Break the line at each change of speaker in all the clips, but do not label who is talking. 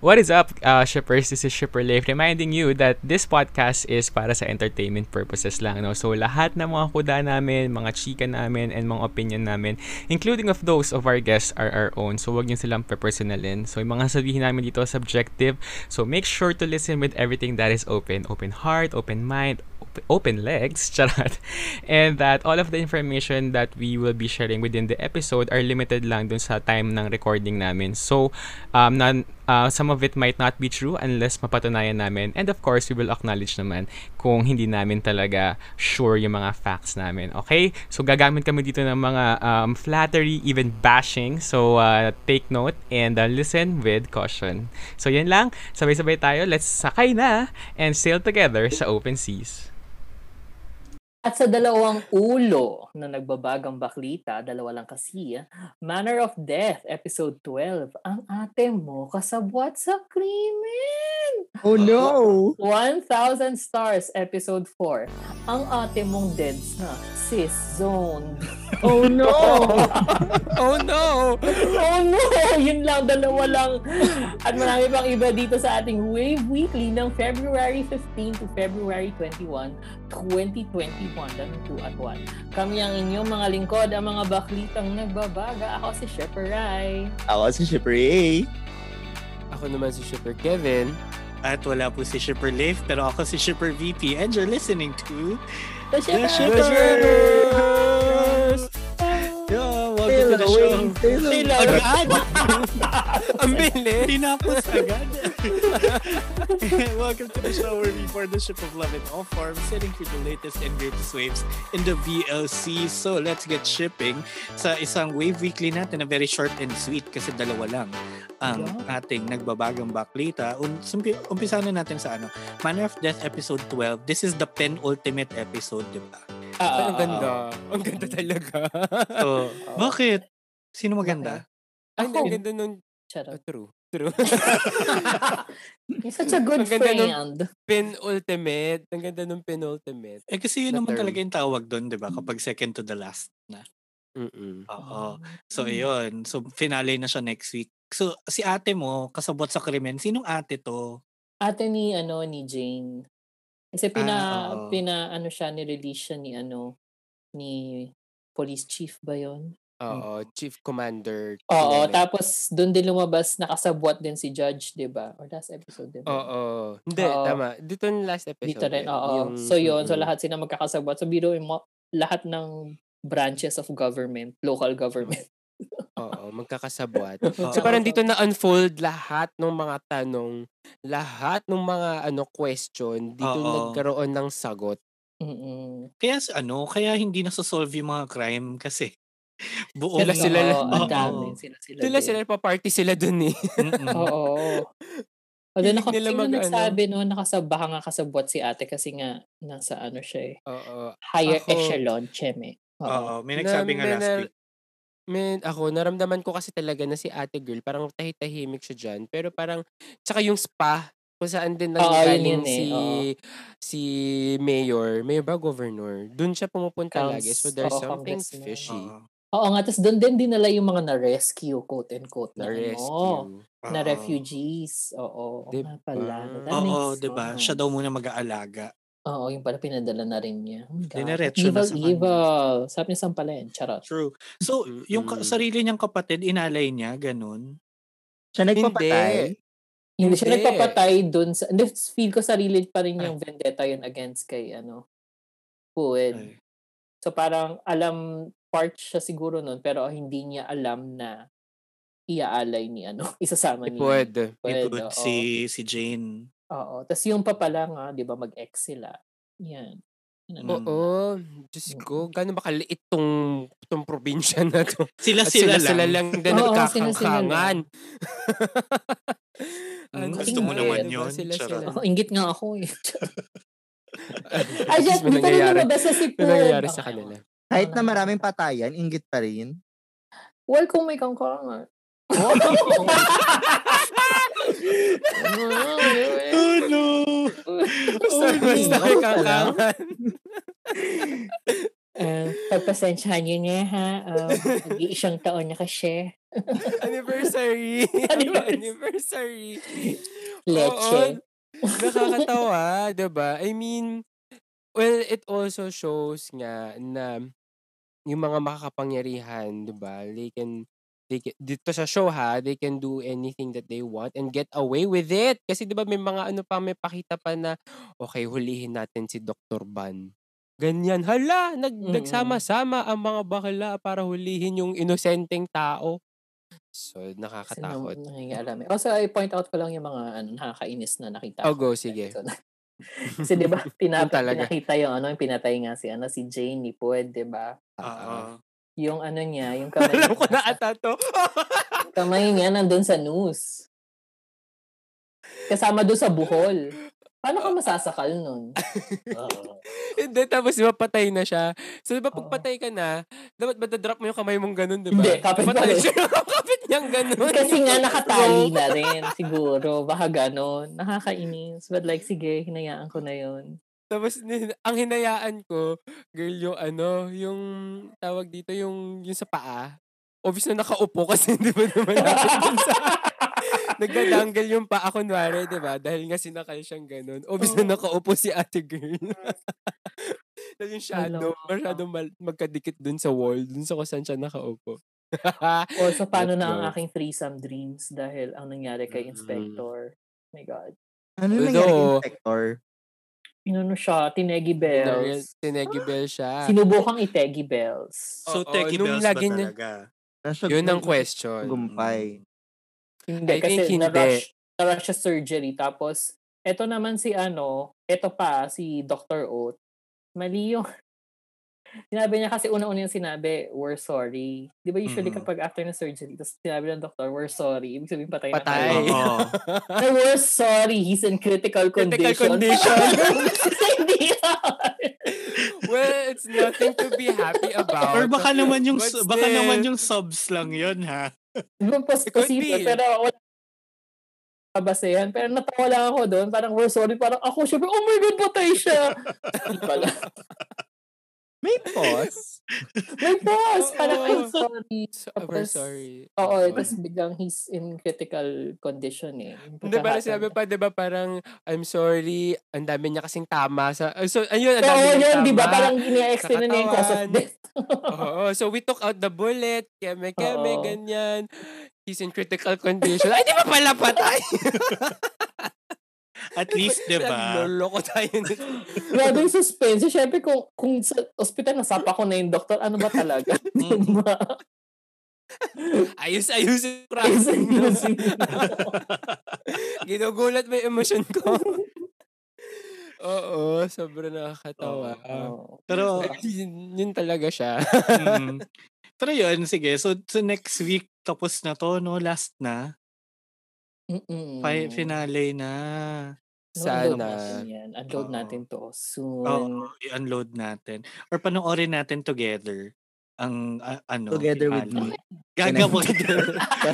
What is up, uh, shippers? This is Shipper Life reminding you that this podcast is para sa entertainment purposes lang. No? So lahat ng mga kuda namin, mga chika namin, and mga opinion namin, including of those of our guests are our own. So wag niyo silang personalin. So yung mga sabihin namin dito subjective. So make sure to listen with everything that is open. Open heart, open mind, op- open legs, charot. And that all of the information that we will be sharing within the episode are limited lang dun sa time ng recording namin. So, um, nan, uh, some of it might not be true unless mapatunayan namin. And of course, we will acknowledge naman kung hindi namin talaga sure yung mga facts namin. Okay? So, gagamit kami dito ng mga um, flattery, even bashing. So, uh, take note and uh, listen with caution. So, yan lang. Sabay-sabay tayo. Let's sakay na and sail together sa open seas.
At sa dalawang ulo na nagbabagang baklita, dalawa lang kasi, Manner of Death, Episode 12, ang ate mo kasabwat sa krimen!
Oh no!
1,000 Stars, Episode 4, ang ate mong dead na, sis zone.
Oh no! oh no!
oh no! Yun lang, dalawa lang. At marami pang iba dito sa ating Wave Weekly ng February 15 to February 21, 2021. Dami 2 at 1. Kami ang inyong mga lingkod, ang mga baklitang nagbabaga. Ako si Shepard Rai.
Ako si Shipper A.
Ako naman si Shipper Kevin.
At wala po si Shipper Lift, pero ako si Shipper VP and you're listening to
The
The
Shepard!
Shippers! Yeah, welcome to the show.
Taylor!
Agad!
Ang bilis!
Tinapos agad! welcome to the show where we board the ship of love in all forms, sailing through the latest and greatest waves in the VLC. So let's get shipping sa isang wave weekly natin na very short and sweet kasi dalawa lang ang
Yeah.
ating nagbabagang baklita. Un- sumpi- umpisa na natin sa ano, Manner of Death episode 12. This is the penultimate episode, di ba?
Pero Ah, ang ganda. Ang ganda talaga.
So, bakit? Sino maganda?
Ay,
Ako.
ang ganda nun.
Charot.
Oh, true. True.
You're such a good
Ang ganda nun.
friend.
penultimate. Ang ganda nung penultimate.
Eh kasi
Na
yun naman
third.
talaga yung tawag doon, di ba? Kapag second to the last na.
Mm-mm.
Oo. So,
Mm.
ayun. So, finale na siya next week. So, si ate mo, kasabot sa krimen, sinong ate to?
Ate ni, ano, ni Jane. Kasi pina,
Ah, oo.
pina, ano siya, ni-release siya ni, ano, ni police chief ba yon?
Oo. Chief Commander.
Oo,
Clement.
tapos doon din lumabas, nakasabwat din si Judge, di ba? Or last episode, di ba?
Oo. Hindi,
Oo.
tama. Dito yung last episode.
Dito rin,
eh.
oo.
Yung-
so yun, so
Mm-mm.
lahat sila magkakasabwat. So biruin mo, lahat ng branches of government, local government.
Oo, magkakasabwat.
Oo.
So parang dito na unfold lahat ng mga tanong, lahat ng mga ano question, dito
Oo.
nagkaroon ng sagot.
Mm-mm.
Kaya s- ano, kaya hindi nasasolve yung mga crime kasi buo
Sila
na-
sila lang.
Oo, ang dami.
Oo.
Sila sila.
Sila
din.
sila pa-party sila dun eh.
Mm-mm.
Oo. O
Hilig
doon ako,
nila
sino
mag- ano?
nagsabi no, nakasabaka nga kasabwat si ate kasi nga nasa ano siya eh,
Oo.
higher
Ako-
echelon, Cheme. Oo.
Oo, may nagsabi nga
Nam-
last
nana-
week.
Men, ako, naramdaman ko kasi talaga na si ate girl, parang tahitahimik siya dyan. Pero parang, tsaka yung spa, kung saan din
Oo, yun
nanggaling
yun eh,
si,
oo.
si mayor, mayor ba, governor? Doon siya pumupunta
Counts-
lagi. So there's
oo,
something
congressman.
fishy
Oo.
Oo nga, tapos doon din dinala yung mga na-rescue, quote and quote na,
na
ano,
rescue.
na
Oo.
refugees. Oo, oo
Diba?
nga pala. That
Oo,
makes
diba?
sense.
Siya daw muna mag-aalaga.
Oo, yung pala pinadala na rin niya. Oh my God.
Dinaretso
Evil,
na sa kanya.
evil. Sabi niya saan pala yan? Charot.
True. So, yung ka-
Mm-mm.
sarili niyang kapatid, inalay niya, ganun.
Siya nagpapatay.
Hindi siya
Hindi.
nagpapatay doon sa... Hindi, feel ko sarili pa rin yung vendetta yun against kay, ano, Puwed.
Ay.
So parang alam, part siya siguro nun, pero hindi niya alam na iaalay ni ano, isasama ni
Hindi pwede.
Puwed, oo.
Ibut si, si Jane.
Oo. Tapos yung pa pala nga, di ba, mag-ex sila. Yan. Yan ang-
Mm.
Oo. Diyos ko, gano'n ba kaliit tong, tong probinsya na to?
Sila,
At
sila,
Ah, sila
lang.
lang din
Oo, sila-sila
nagkakangkangan.
lang.
Ano
gusto mo
ba?
naman
Ano ba
yun?
Sila-sila.
Charot.
Ako, ingit nga ako eh.
Ay,
Ay, just, dito
may
rin
nangyayari.
lumabas na si
May
Paul.
nangyayari sa
Baka-
kanila.
Kahit na maraming patayan, inggit pa rin.
Well, kung may kangkong.
oh,
Oh, no!
Basta, Oh, basta
Ano?
may kangkangan.
Ah, Pagpasensyahan yun niya ha. Um, Mag-iisang taon na kasi.
Anniversary.
Anniversary.
Anniversary.
Leche.
Oo, nakakatawa, 'di ba? I mean, well, it also shows nga na yung mga makakapangyarihan, 'di ba? They can they can, dito sa show ha, they can do anything that they want and get away with it. Kasi 'di ba may mga ano pa may pakita pa na okay, hulihin natin si Dr. Ban. Ganyan, hala, nag,
Mm.
nagsama-sama ang mga bakla para hulihin yung inosenteng tao. So,
Kasi na-
nakakatakot.
Nangingialam eh. Also, I point out ko lang yung mga ano, nakakainis na nakita.
Oh,
ko
go,
sa
sige.
episode. Kasi di ba, pinap-
Yun talaga.
pinakita yung ano, yung pinatay nga si, ano, si Jane ni Pued, di ba?
Ah, ah.
Yung ano niya, yung kamay,
Alam ko
niya-
na ata to.
kamay niya nandun sa noose. Kasama doon sa buhol. Paano ka masasakal nun? Oo.
Hindi, tapos diba patay na siya. So diba
Oo.
pag patay ka na, dapat matadrop mo yung kamay mong ganun, diba?
Hindi, kapit pa
Patay
rin.
siya, kapit niyang ganun.
Kasi nga nakatali
Rope.
na rin, siguro. Baka ganon. Nakakainis. But like, sige, hinayaan ko na yun.
Tapos, nin- ang hinayaan ko, girl, yung ano, yung tawag dito, yung, yung sa paa. Obvious na nakaupo kasi hindi ba naman natin dun sa... Nagdadangle yung paa, kunwari, di ba? Dahil nga sinakal siyang ganun. Obvious na nakaupo si ate girl. Tapos yung shadow,
Hello.
masyadong mal- magkadikit dun sa wall, dun sa kung saan siya nakaupo.
Also, paano na ang
Let's go.
aking threesome dreams dahil ang nangyari kay
Mm.
Inspector. Oh My God.
Ano
Although-
nangyari, Inspector?
Pinuno siya, Tinegi
Dahil
Bells.
Tinegi Bell siya.
Sinubukang i-Tegi Bells.
So,
Oo,
Techie
nung
Bells ba
lagi niya-
talaga?
Nasa
Yun ang question.
Gumpay.
Hindi,
I
kasi
think hindi.
na-rush, na-rush siya surgery. Tapos, eto naman si ano, eto pa, si Dr. Oat. Mali yung... sinabi niya kasi una-una yung sinabi, we're sorry. Di ba usually
Mhm.
kapag after ng surgery, tapos sinabi ng doktor, we're sorry. Ibig sabihin patay, na
Patay.
tayo. No, we're sorry. He's in critical condition.
Critical condition.
Hindi
well, it's nothing to be happy about.
Or baka naman yung
But
baka
still-
naman yung subs lang yun ha.
Di ba pos-
It could
posible,
be.
pero wala kabasehan. Pero natawa lang ako doon. Parang, we're sorry. Parang ako, syempre, oh my God, patay siya. Hindi pala.
May pause.
May boss!
Oo.
Parang, I'm sorry.
So, oh, we're
Tapos,
sorry.
Oo, tapos biglang he's in critical condition eh.
Hindi, parang sinabi pa, di ba, parang, I'm sorry, ang dami niya kasing tama. Sa, uh, so, ayun, ang
So,
dami niyang
yun,
tama.
di ba? Parang gini-explain na niya yung cause of
katawan.
death.
Oo, so we took out the bullet, keme-keme,
Oo.
ganyan. He's in critical condition. Ay, di ba pala patay?
At least, diba? 'di ba?
Nagloloko tayo nito.
Grabe yung suspense. Siyempre, kung, kung sa ospital nasapa ko na yung doktor, ano ba talaga?
Mm.
Di ba?
Ayos-ayos yung
Kasi
cracking.
yun,
no? Ginugulat mo yung emosyon ko. Oo, sobrang nakakatawa.
Oo.
Pero
Yun, yun talaga siya.
mm. Pero yun, sige. So, so next week tapos na to, no? Last na.
Mm-mm.
Fi- finale na.
Unload
Sana.
natin yan. Unload
Oo.
natin to soon.
Oo, i-unload natin. Or panoorin natin together ang ah, ano
Together with
finale.
me.
Gaga wag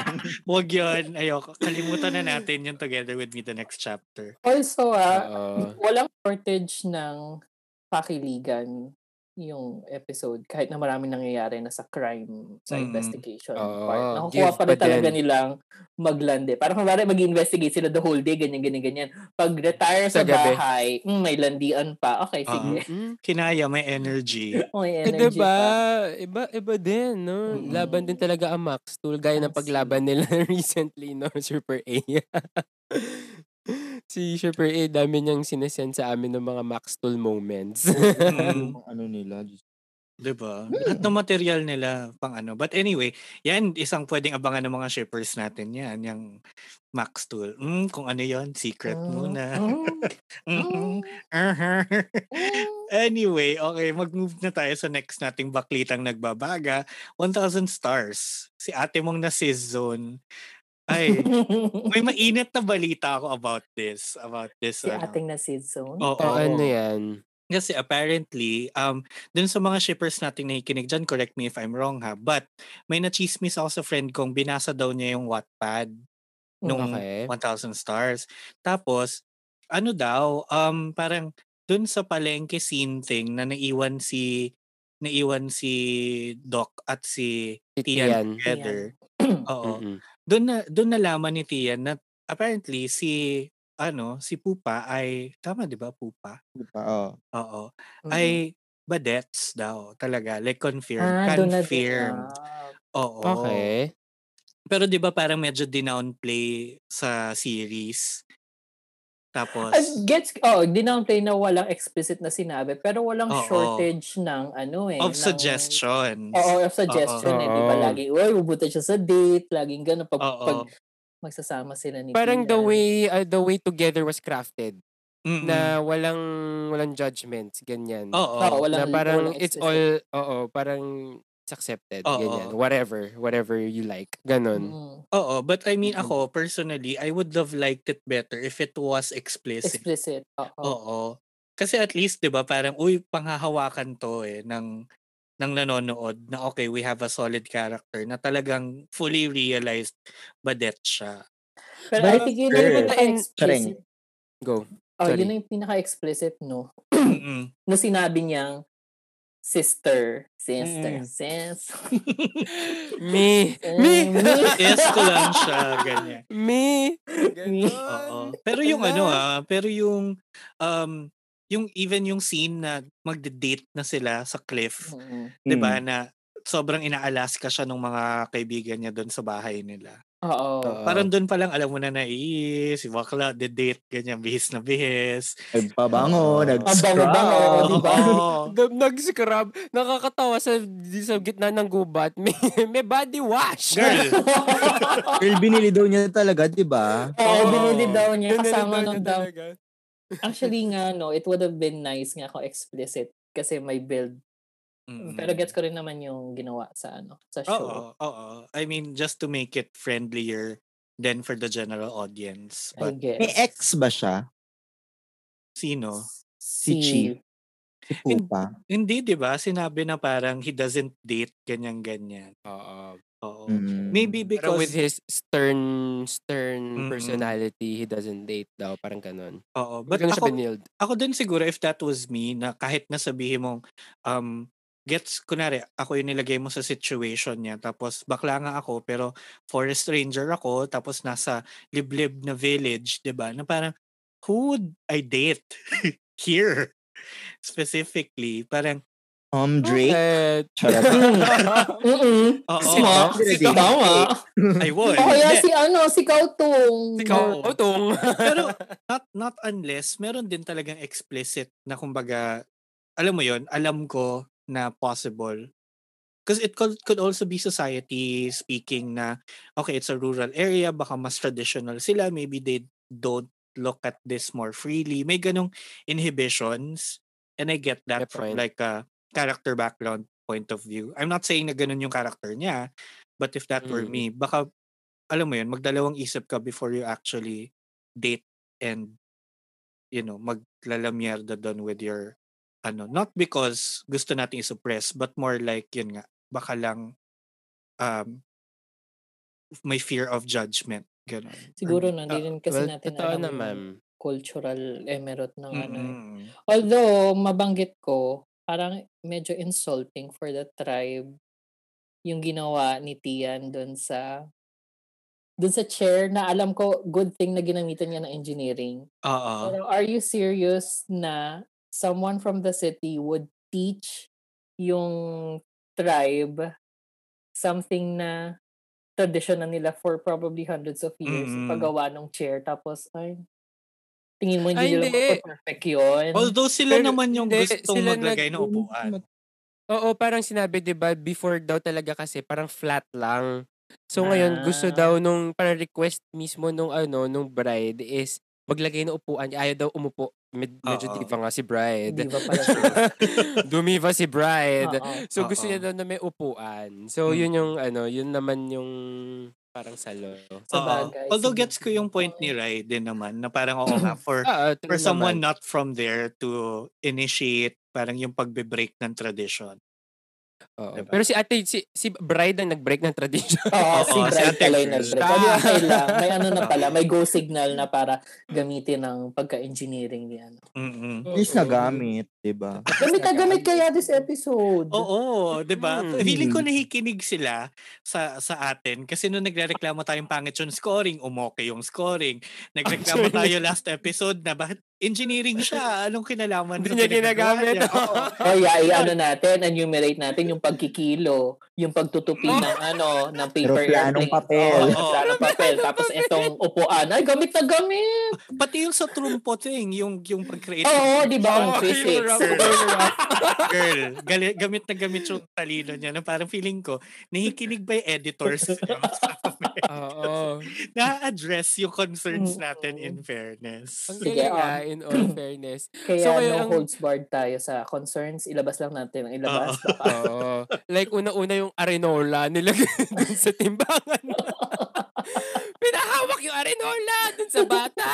wag yun ayoko kalimutan na natin yung together with me the next chapter
Also, ah,
Oo.
walang shortage ng pakiligan yung episode kahit na maraming nangyayari na sa crime, sa
Mm.
investigation
Oo,
part. Nakukuha
give
pa rin
pa
talaga
din.
nilang maglande. Parang kumari mag-investigate sila the whole day, ganyan, ganyan, ganyan. Pag retire sa,
Sa gabi.
bahay, mm, may landian pa. Okay,
Oo.
sige.
Mm.
Hmm, kinaya may energy
May
Eh,
energy
diba?
pa.
Iba, iba din, no?
Mm-mm.
Laban din talaga ang Max Tool. Gaya ng paglaban nila recently, no? Super A. si Super A, dami niyang sinesend sa amin ng mga Max Tool moments.
Mm.
Yung ano nila. Diyos.
'Di ba? Lahat ng material nila pang ano. But anyway, 'yan isang pwedeng abangan ng mga shippers natin 'yan, yung Max Tool. Mm, kung ano 'yon, secret
Mm,
muna.
mm,
Mm-mm.
mm,
Uh-huh.
mm.
anyway, okay, mag-move na tayo sa next nating baklitang nagbabaga, 1000 stars. Si ate mong na zone. Ay, may mainit na balita ako about this, about this
si
ano.
ating na zone.
Oo.
o ano yan?
Kasi apparently, um, dun sa mga shippers nating nakikinig dyan, correct me if I'm wrong ha, but may nachismis ako sa friend kong binasa daw niya yung Wattpad nung
Oh, Okay.
1,000 stars. Tapos, ano daw, um, parang dun sa palengke scene thing na naiwan si naiwan si Doc at si
Si
Tian
Tian.
together. Oo.
Mm-mm.
Doon na doon nalaman ni Tian na apparently si ano, si Pupa ay tama 'di ba Pupa?
Diba? Oh.
Oo.
Mm.
Ay badets daw talaga. Like confirm,
Ah, doon na din.
confirm.
Ah,
Oo.
Okay.
Pero 'di ba parang medyo dinownplay sa series. Tapos
As gets, oh, dinownplay na walang explicit na sinabi, pero walang
Oo.
shortage ng ano eh.
of
ng-
suggestions.
Oo, of suggestion eh. Di ba
Oo.
lagi, uy, bubuta siya sa date, laging gano'n pag,
Oo.
pag magsasama sila ni
Parang the
Tina.
way uh, the way together was crafted
Mm-mm.
na walang walang judgments ganyan.
Mm, Oo.
Oo, wala-
na
Walang-
parang
walang
it's all
explicit.
oo, parang it's accepted
Oo.
ganyan. Whatever, whatever you like. Ganon.
Mm,
Oo, but I mean
Mm-mm.
ako personally, I would have liked it better if it was explicit.
explicit. Oo.
Oo. Kasi at least 'di ba parang uy panghahawakan to eh ng ng nanonood na okay, we have a solid character na talagang fully realized badet siya.
Pero I
But-
think yun
Sure.
yung pinaka-explicit.
Strength.
Go.
Oh,
Sorry.
yun na yung pinaka-explicit, no?
Mm-mm.
Na sinabi niyang, sister, sister,
Mm.
sis.
Me.
Eh,
Me.
yes ko lang siya ganyan.
Me.
Me.
Oo. Pero yung ano ah, pero yung um yung even yung scene na magde-date na sila sa cliff,
Mm.
'di ba na sobrang inaalaska siya ng mga kaibigan niya doon sa bahay nila.
Oo.
Oo.
Parang doon pa lang alam mo na na "Ih, si bakla de date ganyan bihis na bihis.
Nagpabango, nag-scrub.
bango-bango, di ba?
Oo.
The nag-scrub. Nakakatawa sa, di- sa gitna ng gubat. May, may body wash.
Girl,
Girl, binili daw niya talaga, di ba?
Oo,
Oo.
binili daw niya
Ganun
kasama
na
nung daw.
talaga.
Actually nga, no, it would have been nice nga kung explicit kasi may build. Pero gets ko rin naman yung ginawa sa ano, sa show.
Mm. Oo, oo. I mean, just to make it friendlier than for the general audience.
I
But
guess.
May ex ba siya?
sino?
Hmm.
Si Chi. Si Pupa.
Hindi, di ba? Sinabi na parang he doesn't date, ganyan-ganyan.
Oo.
Oo.
Mm.
Maybe
Pero with his
because,
stern stern
Mm-mm.
personality, he doesn't date daw. Parang ganon.
oo.
But
But
ganun siya
ako,
binild.
ako din siguro if that was me, na kahit na sabihin mong, um, gets, kunwari, ako yung nilagay mo sa situation niya, tapos bakla nga ako, pero forest ranger ako, tapos nasa liblib na village, di ba? Na parang, who would I date here? Specifically, parang,
Tom Drake.
Eh, Hmm.
Charot.
Mm-mm.
oo,
Si
Ma,
Si
si Tama.
I would.
O kaya
Hindi.
si ano, si Kautong.
Ikaw, utong.
Pero not not unless meron din talagang explicit na kumbaga alam mo yon, alam ko na possible. Because it could, could also be society speaking na, okay, it's a rural area, baka mas traditional sila, maybe they don't look at this more freely. May ganong inhibitions. And I get that
Good
from
point.
like a character background point of view. I'm not saying na ganun yung character niya, but if that were
Mm.
me, baka, alam mo yun, magdalawang isip ka before you actually date and you know maglalamyerda doon with your ano not because gusto natin i-suppress but more like yun nga baka lang um may fear of judgment ganun Ano?
Siguro no, hindi
Ah,
rin kasi
well,
natin
totoo
alam
na,
yung
ma'am.
cultural emirate ng ano. eh.
Mm-mm.
Although, mabanggit ko, parang medyo insulting for the tribe yung ginawa ni Tian doon sa doon sa chair na alam ko good thing na ginamitan niya ng engineering.
oo
Pero are you serious na someone from the city would teach yung tribe something na tradition na nila for probably hundreds of years yung
Mm-mm.
paggawa ng chair tapos ay tingin mo
Ay,
hindi nila
hindi.
perfect yun
although sila
Pero
naman yung
hindi,
gustong
sila
maglagay ng
nag-
upuan
Oo, parang sinabi, di ba, before daw talaga kasi parang flat lang. So
Ah.
ngayon, gusto daw nung parang request mismo nung ano, nung bride is maglagay ng upuan. Ayaw daw umupo. Med- medyo
Oo.
diva nga si bride.
Diva pala siya.
Dumiva si bride.
Oo. Hmm.
So gusto
Oo.
niya daw na may upuan. So
Mm.
yun yung ano, yun naman yung parang salo.
Sa
Oo.
bagay,
although
sige.
gets ko yung point ni Rai din naman na parang oo nga for
Ah, true
for someone
naman.
not from there to initiate parang yung pagbe-break ng tradition
Oo.
Diba?
Pero si ate, si, si Bride ang nag-break ng tradition.
Oo, si
Oo, si
Bride
Ate
pala yung
Cruz.
nag-break. Ano
Ah.
yung kailang- May ano na pala, may go signal na para gamitin ng pagka-engineering ni ano.
Mm-mm.
At least nagamit, di ba?
Gamit na gamit kaya this episode.
Oo, 'di ba?
Mm.
Feeling ko nakikinig sila sa sa atin kasi nung nagrereklamo tayong pangit yung scoring, umoke yung scoring. Nagreklamo
Actually.
tayo last episode na bakit engineering siya? Anong kinalaman
Hindi
sa
niya
pinagagawa
ginagamit.
niya? Oo.
O yeah, i-ano natin, enumerate natin yung pagkikilo, yung pagtutupi ng ano, ng paper
Eroplanong
airplane.
papel.
Oo, eroplanong papel. Tapos itong upuan, ay gamit na gamit.
Pati yung sa trumpo thing, yung yung pag-create ng
Oo, di ba? Oh, Ang
Oo, yung
physics.
rough-
girl, gali- gamit na gamit yung talino niya na parang feeling ko nakikinig by editors
Oo.
na-address yung concerns natin
Mm.
in fairness.
Ang
Sige,
galing
ah.
ah, in all fairness.
Kaya
So, kaya
no
ang-
holds barred tayo sa concerns. Ilabas lang natin ang ilabas. Baka-
Oo. Like, una-una yung arenola nilagay dun sa timbangan. Pinahawak yung arenola dun sa bata.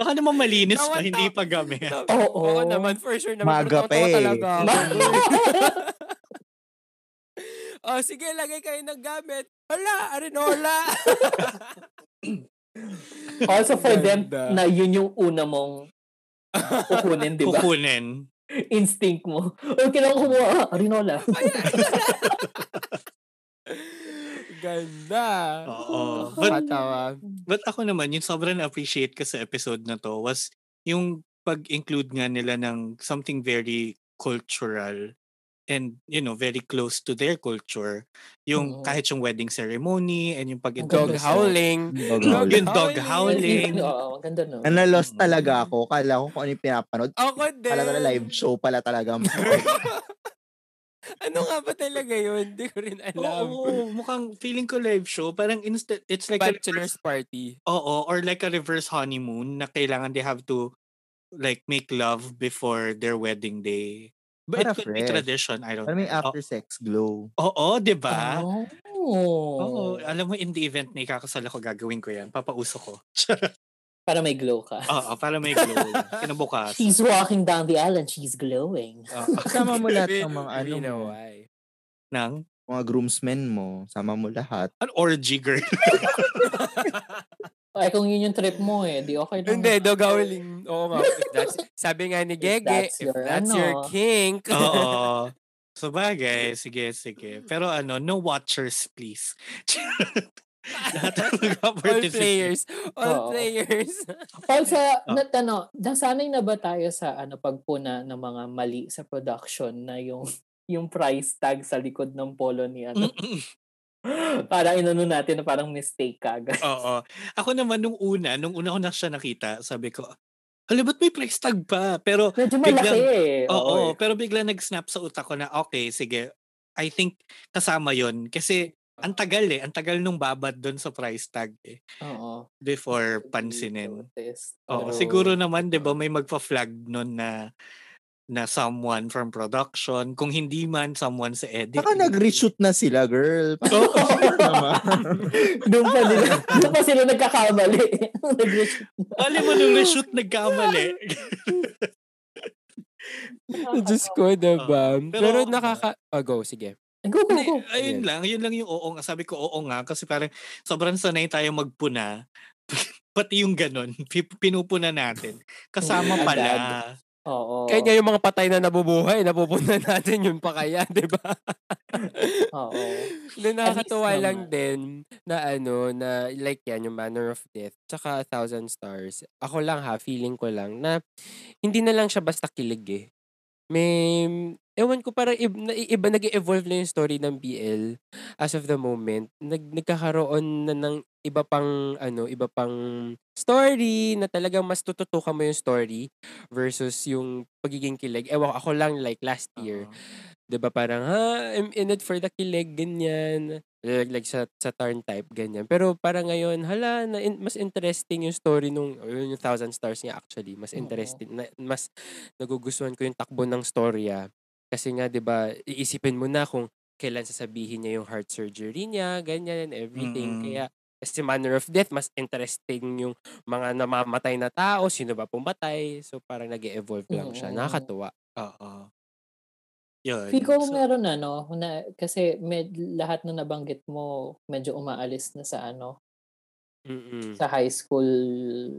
Baka naman malinis pa,
Tawad
hindi
tawad.
pa gamit.
Oo.
Oo naman, for sure naman. Pero
Maga pa
tawa-tawa
eh.
talaga ako.
Ma-
Oh, sige, lagay kayo ng gamit. Hala, arenola.
Also for them
Ganda.
na yun yung una mong kukunin, di ba?
Kukunin.
Instinct mo. O kailangan kumuha. Ah, Rinola.
Ganda.
Oh,
Oo. But,
Patawa.
but ako naman, yung sobrang appreciate ko sa episode na to was yung pag-include nga nila ng something very cultural and you know very close to their culture
Oo.
yung kahit yung wedding ceremony and yung
Dog
pag-introduce
Ganda siya.
howling.
Mm. Bagal.
yung dog
Howling.
howling
Oo, ang ganda no.
Nanalos Ano, talaga ako. Kala ko kung ano yung pinapanood.
Ako din.
Pala na live show pala talaga.
Ano nga ba talaga yun? Hindi ko rin alam.
Oo, mukhang feeling ko live show. Parang instead, it's like, a reverse,
Bachelor's party.
oo, or like a reverse honeymoon na kailangan they have to like make love before their wedding day. But
Para
it could be
fresh.
tradition, I don't
Parang may
know.
after sex glow.
Oo, di ba?
Oh.
Oo, alam mo, in the event na ikakasal ako, gagawin ko yan. Papauso ko.
Para may glow ka.
Oo, para may glow. Kinabukas.
She's walking down the aisle and she's glowing.
Oo,
Sama mo lahat
We-
ng mga ano,
we know
mo,
why.
ng
mga groomsmen mo. Sama mo lahat.
an orgy girl.
Ay, kung yun yung trip mo eh, di okay lang.
Hindi, daw gawling. Oo nga. if that's, sabi nga ni Gege,
that's
if that's,
your ano.
your, kink.
Oo. So bagay, sige, sige. Pero ano, no watchers, please. Lahat ng mga
all
participants.
players. All
Oo.
players.
Paul, sa,
Oh.
na, ano, nasanay na ba tayo sa ano, pagpuna ng mga mali sa production na yung yung price tag sa likod ng polo ni ano.
Mm-mm.
parang inano natin na parang mistake kagad.
Oo. Ako naman nung una, nung una ko na siya nakita, sabi ko, hala, ba't may price tag pa? Pero,
Medyo malaki eh.
oo, pero bigla nag-snap sa utak ko na, okay, sige, I think kasama yon Kasi, ang tagal eh, ang tagal nung babad doon sa price tag eh,
Oo.
before
Hindi
pansinin.
noticed. Pero-
Oo, siguro naman, di ba, may magpa-flag nun na na someone from production, kung hindi man someone sa edit.
Saka nag-reshoot na sila, girl. Parang sure naman.
Doon pa nila. Doon pa sila nagkakamali. Nag-reshoot.
Alam mo, nung reshoot, nagkamali.
Diyos ko, diba?
Oo.
Pero,
Pero-
nakaka... Oh, go, sige.
go, go,
Hindi,
go.
ayun
Ayan.
lang, yun lang yung oo nga. Sabi ko oo nga kasi parang sobrang sanay tayo magpuna. Pati yung ganun, pi- pinupuna natin. Kasama
Agad.
pala.
Oo.
Kaya nga yung mga patay na nabubuhay, napupunan natin yun pa kaya, diba?
Oo.
Na nakakatuwa
naman.
lang din na ano, na like yan, yung Manner of Death, tsaka A Thousand Stars. Ako lang ha, feeling ko lang na hindi na lang siya basta kilig eh. May, ewan ko parang ib- na- iba nag-evolve na yung story ng BL as of the moment. Nag, nagkakaroon na ng iba pang, ano, iba pang story na talagang mas tututukan mo yung story versus yung pagiging kilig. Ewan ko, ako lang like last year. 'di ba parang ha I'm in it for the kilig ganyan like, like sa sa turn type ganyan pero parang ngayon hala na in- mas interesting yung story nung yun yung Thousand Stars niya actually mas
Oo.
interesting na, mas nagugustuhan ko yung takbo ng storya kasi nga 'di ba iisipin mo na kung kailan sasabihin niya yung heart surgery niya ganyan and everything
Mm.
kaya kasi Manner of Death, mas interesting yung mga namamatay na tao, sino ba pumatay. So parang nag evolve lang siya.
Oo.
Nakakatuwa.
Oo. Yun.
Fico,
So,
meron ano, na, kasi med, lahat na nabanggit mo, medyo umaalis na sa ano,
Mm-mm.
sa high school,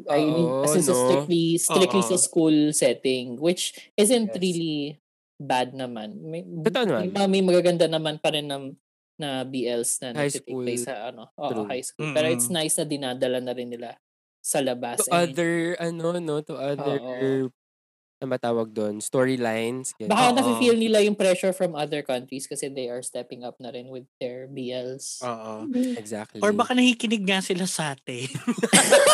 I mean,
Mm. Oo,
kasi sa
no?
strictly, strictly sa
Oo.
school setting, which isn't
Yes. ano
really bad naman. May,
Totoo naman.
Iba, may magaganda naman pa rin ng na BLs na
High
nagtitake
school.
place sa ano, oo,
True.
high school. Pero it's
Mm-mm.
nice na dinadala na rin nila sa labas. I
To
mean,
other, ano, no? To other,
Oo.
ano ba tawag doon? Storylines. ganyan.
Baka
Oo.
nafe-feel nila yung pressure from other countries kasi they are stepping up na rin with their BLs.
Ah.
Oo.
Mm. Exactly.
Or baka nakikinig nga sila sa atin.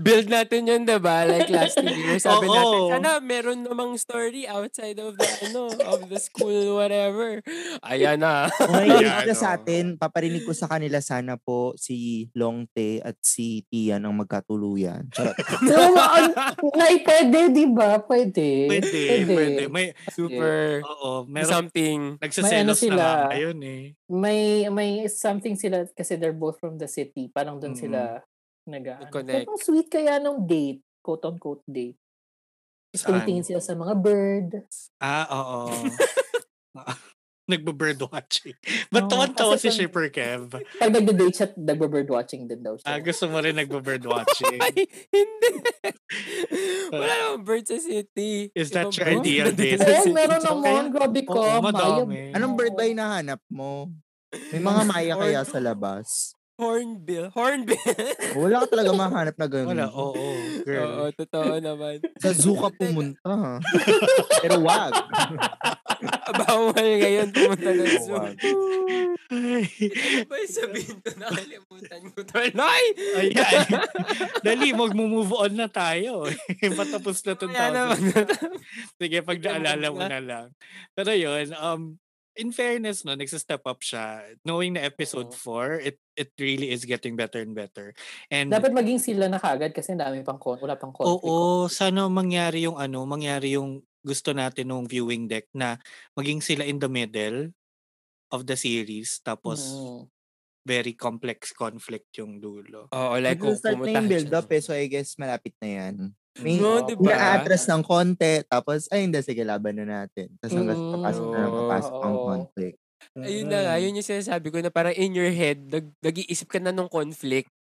build natin yun, diba? Like last year, sabi
Oo.
natin, sana meron namang story outside of the, ano, of the school, whatever. Ayan na.
Kung
Ayan,
nakikinig na sa
oo.
atin, paparinig ko sa kanila sana po si Longte at si Tian ang magkatuluyan. Charot.
No, on, nay, pwede, di ba? Pwede.
pwede, pwede. May,
Super
oo, Oh, meron,
something.
May ano
nagsaselos
sila.
na nga ngayon eh.
May, may something sila kasi they're both from the city. Parang doon
Mm.
sila nag ano,
Nag-connect.
Ang sweet kaya nung date, quote-unquote date. Tapos
Saan?
tumitingin sila sa mga bird.
Ah, oo. Nagbe-bird watching. Ba't
Oo,
tuwan-tawa
kasi
si
sa-
Shipper Kev?
Pag nagde-date siya, nagbe-bird watching din daw
Ah,
siya.
gusto mo rin nagbe-bird watching.
Ay, hindi. Wala namang bird sa city.
Is that
Ibang
your
bird
idea,
na dito
Dave?
sa
Eh,
city.
meron
Kaya-
naman, grabe ka.
Oo,
Maya.
madami.
Anong bird ba hinahanap mo? May mga maya
Or-
kaya sa labas?
Hornbill. Hornbill.
Wala ka talaga mahanap na ganun.
Wala, oo,
Oo,
girl.
totoo naman.
Sa zoo ka pumunta. ha? Pero wag.
Bawal ngayon pumunta ng zoo.
Bawal.
Ay,
Ano ba yung sabihin ko? Nakalimutan ko. Tuloy!
Ayan. Dali, mag-move on na tayo. Patapos na itong
Wala naman.
topic. Sige, pag naalala mo
na.
na lang. Pero yun, um, in fairness, no, nagsistep up siya. Knowing na episode 4, it it really is getting better and better. And
Dapat maging sila na kagad kasi ang dami pang kon, wala pang conflict.
Oo, sana mangyari yung ano, mangyari yung gusto natin nung viewing deck na maging sila in the middle of the series tapos
Mm.
very complex conflict yung dulo.
Oo, like kung
Nag-start na
pumunta
yung
ka
build up
dyan.
eh, so I guess malapit na yan. May
No,
di
ba?
na-atras ng konti, tapos ay hindi, sige laban na natin. Tapos hanggang
Mm.
papasok na lang, papasok ang
Oo.
conflict. Mm.
Ayun na nga, yun yung sinasabi ko na parang in your head, nag- nag-iisip ka na nung conflict.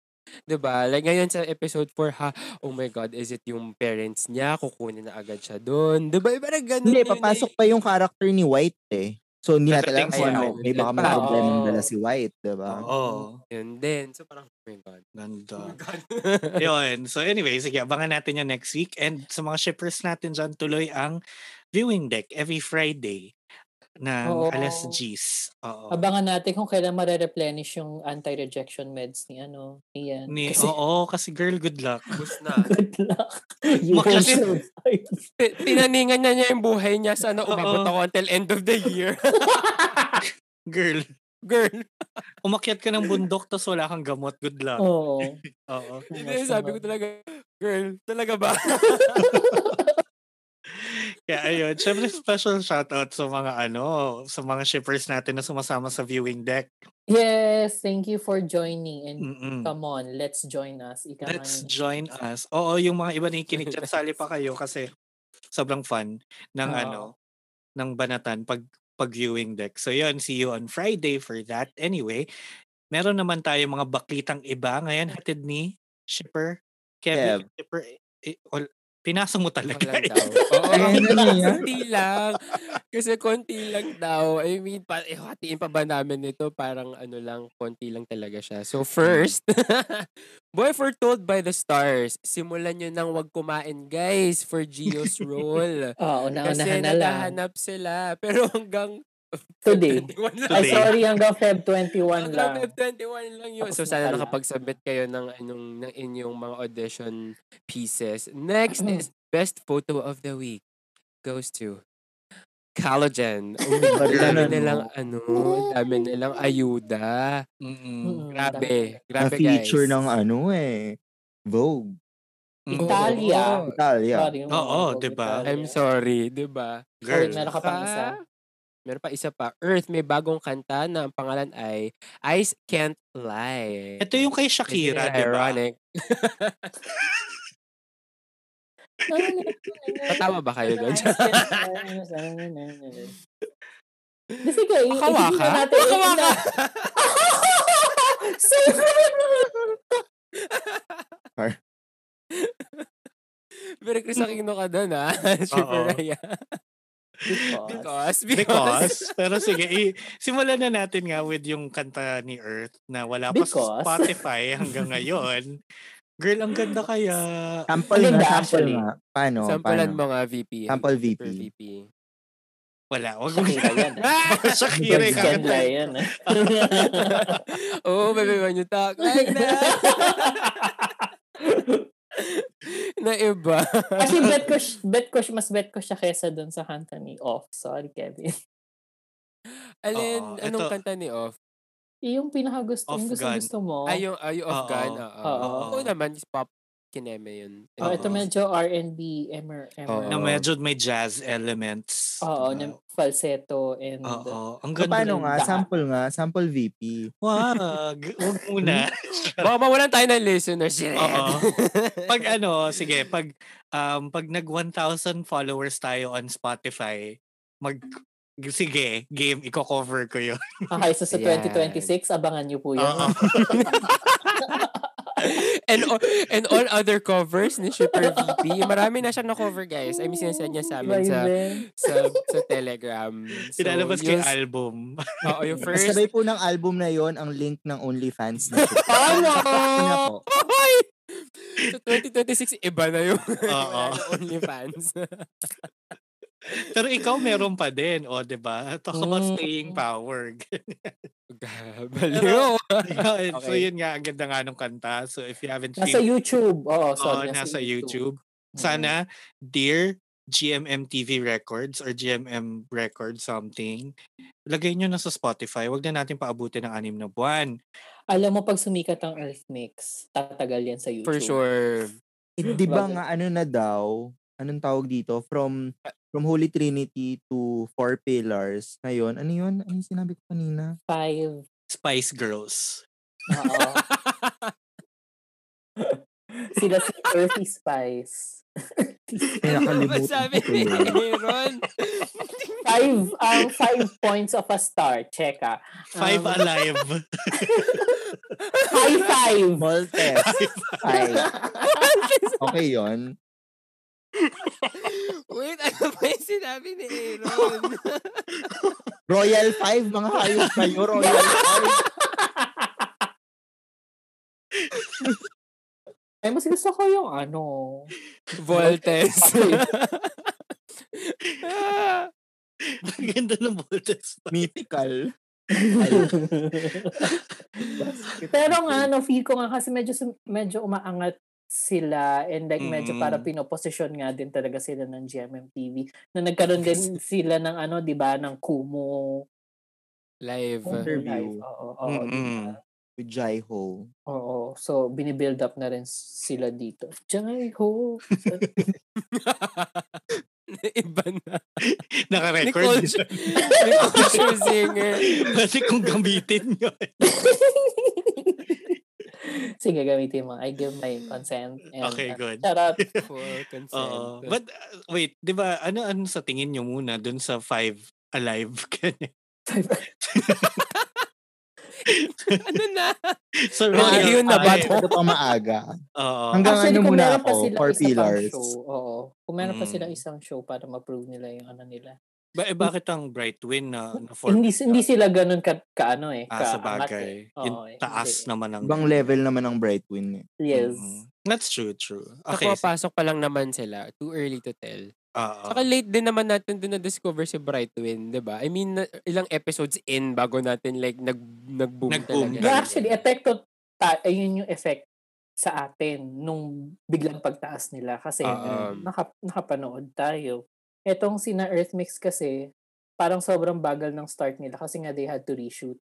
'Di ba? Like ngayon sa episode 4, ha, oh my God, is it yung parents niya? Kukunin na agad siya doon. 'Di ba? Parang ganun
Hindi,
yun eh.
papasok pa yung character ni White eh. So hindi natin alam
Pagdating
kung
sa
ano,
White.
may baka may
Ah, Oo.
problema dala si White, diba?
Oo,
Yun din. So parang, oh my God. Oh my
Hmm.
ganda.
God.
Yun. So anyway, sige, abangan natin yung next week. And sa mga shippers natin dyan, tuloy ang viewing deck every Friday ng
Oo.
alas G's. Oo.
Abangan natin kung kailan mare-replenish yung anti-rejection meds ni ano, ni Ian.
Ni,
Kasi-
oo, kasi girl, good luck.
Bus na.
Good luck.
Maklasin.
You're so right.
Ti- Tinaningan niya niya yung buhay niya. Sana
Oo.
umabot ako until end of the year.
Girl,
Girl.
umakyat ka ng bundok tapos wala kang gamot. Good luck.
Oo.
Oo.
Yun na yung sabi ko talaga, girl, talaga ba?
Kaya ayun, syempre special shoutout sa mga ano, sa mga shippers natin na sumasama sa viewing deck.
Yes, thank you for joining and
Mm-mm.
come on, let's join us. Ika nga
Mm. Let's
ni-
join us. Oo, yung mga iba na ikinig dyan, sali pa kayo kasi sobrang fun ng
Oo.
ano, ng banatan pag pag viewing deck. So yun, see you on Friday for that. Anyway, meron naman tayo mga baklitang iba. Ngayon, hatid ni Shipper Kevin. Shipper, eh, ol- pinasok mo
Konti
talaga.
lang
eh.
daw. Oo,
Ayun, ano yan?
konti lang. Kasi konti lang daw. I mean, pa, eh, hatiin pa ba namin ito? Parang ano lang, konti lang talaga siya. So first, Boy Foretold by the Stars. Simulan nyo nang wag kumain, guys, for Gio's role.
Oo,
Kasi
naunahan na lang.
naghahanap sila. Pero hanggang
Today.
21 lang.
Ay,
Today.
sorry, hanggang Feb 21
Hanggang
lang.
Feb 21 lang yun.
Tapos
So,
na
sana
pala.
nakapagsubmit kayo ng, anong, ng inyong mga audition pieces. Next is Best Photo of the Week goes to Collagen. Oh, ang dami
Ganun.
nilang ano, ang dami nilang ayuda.
Mm-mm.
Mm-mm,
Grabe.
Na
Grabe, guys.
feature ng ano eh. Vogue.
dami. Italia.
Oo.
Mm.
Italia.
Sorry, yung mga
Oo,
Vogue
diba?
Italia.
I'm sorry, di ba?
Sorry,
Girl.
meron ka pang isa.
Sa- Meron pa isa pa. Earth, may bagong kanta na ang pangalan ay Ice Can't Lie.
Ito yung kay
Isn't
Shakira,
it
di ba?
ironic? Tatawa ba kayo doon?
Kasi kayo,
Wakawaka?
isipin natin,
Wakawaka!
Safe!
Pero Chris, nakikino ka doon, ha? Super Raya. Because, because.
Because, pero sige, i- simulan na natin nga with yung kanta ni Earth na wala pa sa
Because.
Spotify hanggang ngayon. Girl, ang ganda kaya.
Sample
Maganda
nga, sample
actually.
nga. Paano?
Ano Sampulan
paano?
mo nga, VP.
Sample VP.
Super VP.
Wala, wag mo.
Shakira yan.
Shakira yung kakanta.
Ganda yan. ah.
oh, baby, when you talk like that. na iba.
Actually, bet ko, sh- bet ko, sh- mas bet ko siya kesa doon sa kanta ni Off. Sorry, Kevin.
Alin,
Oo,
anong
eto.
kanta ni Off?
Eh, Yung pinakagusto, yung
Off
gusto,
Gun.
gusto mo.
Ay, yung, ay, yung Off
Oo.
Gun. Oo.
Oo.
Oo naman, is pop kineme yun.
Oh, ito
Oo.
medyo R&B, emer, emer.
Na medyo may jazz elements.
Oo,
Diba?
na falsetto and...
Oo, ang
So,
ganda.
paano nga?
Ganda.
Sample nga. Sample VP.
Wag, wag muna.
Hmm? Baka mawalan tayo ng listeners.
Oo. pag ano, sige, pag um pag nag 1000 followers tayo on Spotify, mag sige, game iko-cover ko 'yun.
Okay, so sa
Ayan.
2026, abangan niyo po yun.
Oo.
and, all, and all other covers ni Shipper VP. Marami na siya na-cover, guys. I mean, sinasend niya sa amin sa,
Iba-iba.
sa, sa Telegram. So,
Pinalabas ko yung
yun-
album.
Oo, yung first.
Kasabay po ng album na yon ang link ng OnlyFans na siya.
Paano?
Niya po.
Ay! Sa 2026, iba na yung
Oo.
wala na OnlyFans.
Pero ikaw meron pa din, o 'di ba? Talk about
Mm.
staying power.
Gabaliw.
Yun, So
Okay.
yun nga ang ganda nga nung kanta. So if you haven't
Nasa
seen
YouTube. Oo,
Oo,
sorry. Mm.
nasa YouTube. Sana dear GMM TV Records or GMM Records something, lagay nyo na sa Spotify. Huwag na natin paabutin ng anim na buwan.
Alam mo, pag sumikat ang Earth Mix, tatagal yan sa YouTube.
For sure.
Eh, Di ba
Bagay.
nga ano na daw? Anong tawag dito? From from Holy Trinity to Four Pillars. Ngayon, ano yun? Ano yung sinabi ko kanina?
Five.
Spice Girls.
Oo. Sila si Earthy Spice.
Ay, nakalimutan
Ano ba sabi
ko
ni
yun.
Aaron?
Five, um, five points of a star. Check ah.
Five
Um,
ano? Alive.
High five.
Maltes. Ay, okay yon
Wait, ano ba yung sinabi ni Aaron?
Royal 5, mga hayop kayo. Royal 5.
Ay, mas gusto ko yung ano.
Voltes.
Ang ganda ng Voltes.
Mythical.
Pero nga, no, feel ko nga kasi medyo, sum- medyo umaangat sila and like medyo
Mm.
para pinoposisyon nga din talaga sila ng GMMTV na nagkaroon din sila ng ano, 'di ba, ng Kumu
Live.
Kumu
Interview.
Live. Oo, oo, diba?
Mm-mm.
With Jai Ho.
Oo, so binibuild up na rin sila dito. Jai ho.
Iba na.
Naka-record.
Nicole, Sch- Nicole Scherzinger.
Pwede kong gamitin yun.
Sige, gamitin mo. I give my consent. And,
Okay,
uh,
good.
Charot.
For consent.
Oo. But uh, wait, di ba, ano, ano sa tingin nyo muna dun sa Five Alive?
ano na?
so,
Mga yun na ba
Ay,
to?
ano pa maaga.
Oo.
Hanggang ano
kung
muna
meron pa
ako,
sila
four
isa pang
pillars.
Show, oo. Kung meron pa
Mm.
sila isang show para ma-prove nila yung ano nila.
Ba, eh, bakit ang Bright Win na, na four
hindi hindi sila ganun ka, ka ano eh.
Ah,
Ka,
sa bagay.
Oo,
Yung
eh,
taas
hindi.
naman ang...
Ibang level naman ng Brightwin. eh.
Yes.
Mm. That's true, true. Okay.
Okay. pasok pa lang naman sila. Too early to tell.
oo.
Saka late din naman natin doon na-discover si Brightwin, di ba? I mean, na- ilang episodes in bago natin like nag, nag-boom,
Nag-boom
talaga.
Pero actually, epekto, ta, ayun yung effect sa atin nung biglang pagtaas nila kasi
Ah, um.
naka, nakapanood tayo. Etong sina Earth Mix kasi, parang sobrang bagal ng start nila kasi nga they had to reshoot.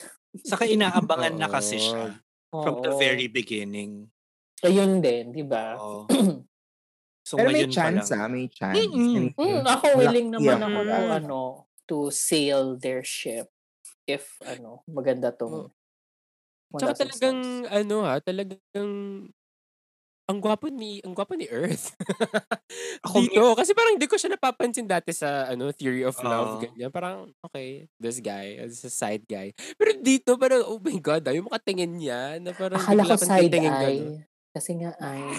Saka inaabangan na
Oo.
kasi siya from the
Oo.
very beginning.
Ayun din, di ba?
Oo. So,
Pero may
ngayon pa
chance
lang.
ah, may chance.
Mm-mm.
Mm, ako
Wala-
willing naman
Yeah.
ako to,
Mm.
ano, to sail their ship if ano, maganda tong
Hmm.
Tsaka talagang, ano ha, talagang ah, ang gwapo ni ang gwapo ni Earth.
Ako
Dito kasi parang hindi ko siya napapansin dati sa ano Theory of Love
Oo.
ganyan. Parang okay, this guy, this is a side guy. Pero dito parang oh my god, dami mong katingin niya na parang
Akala
bigla
ko
kang
side
titingin ganun.
eye. Kasi nga eye.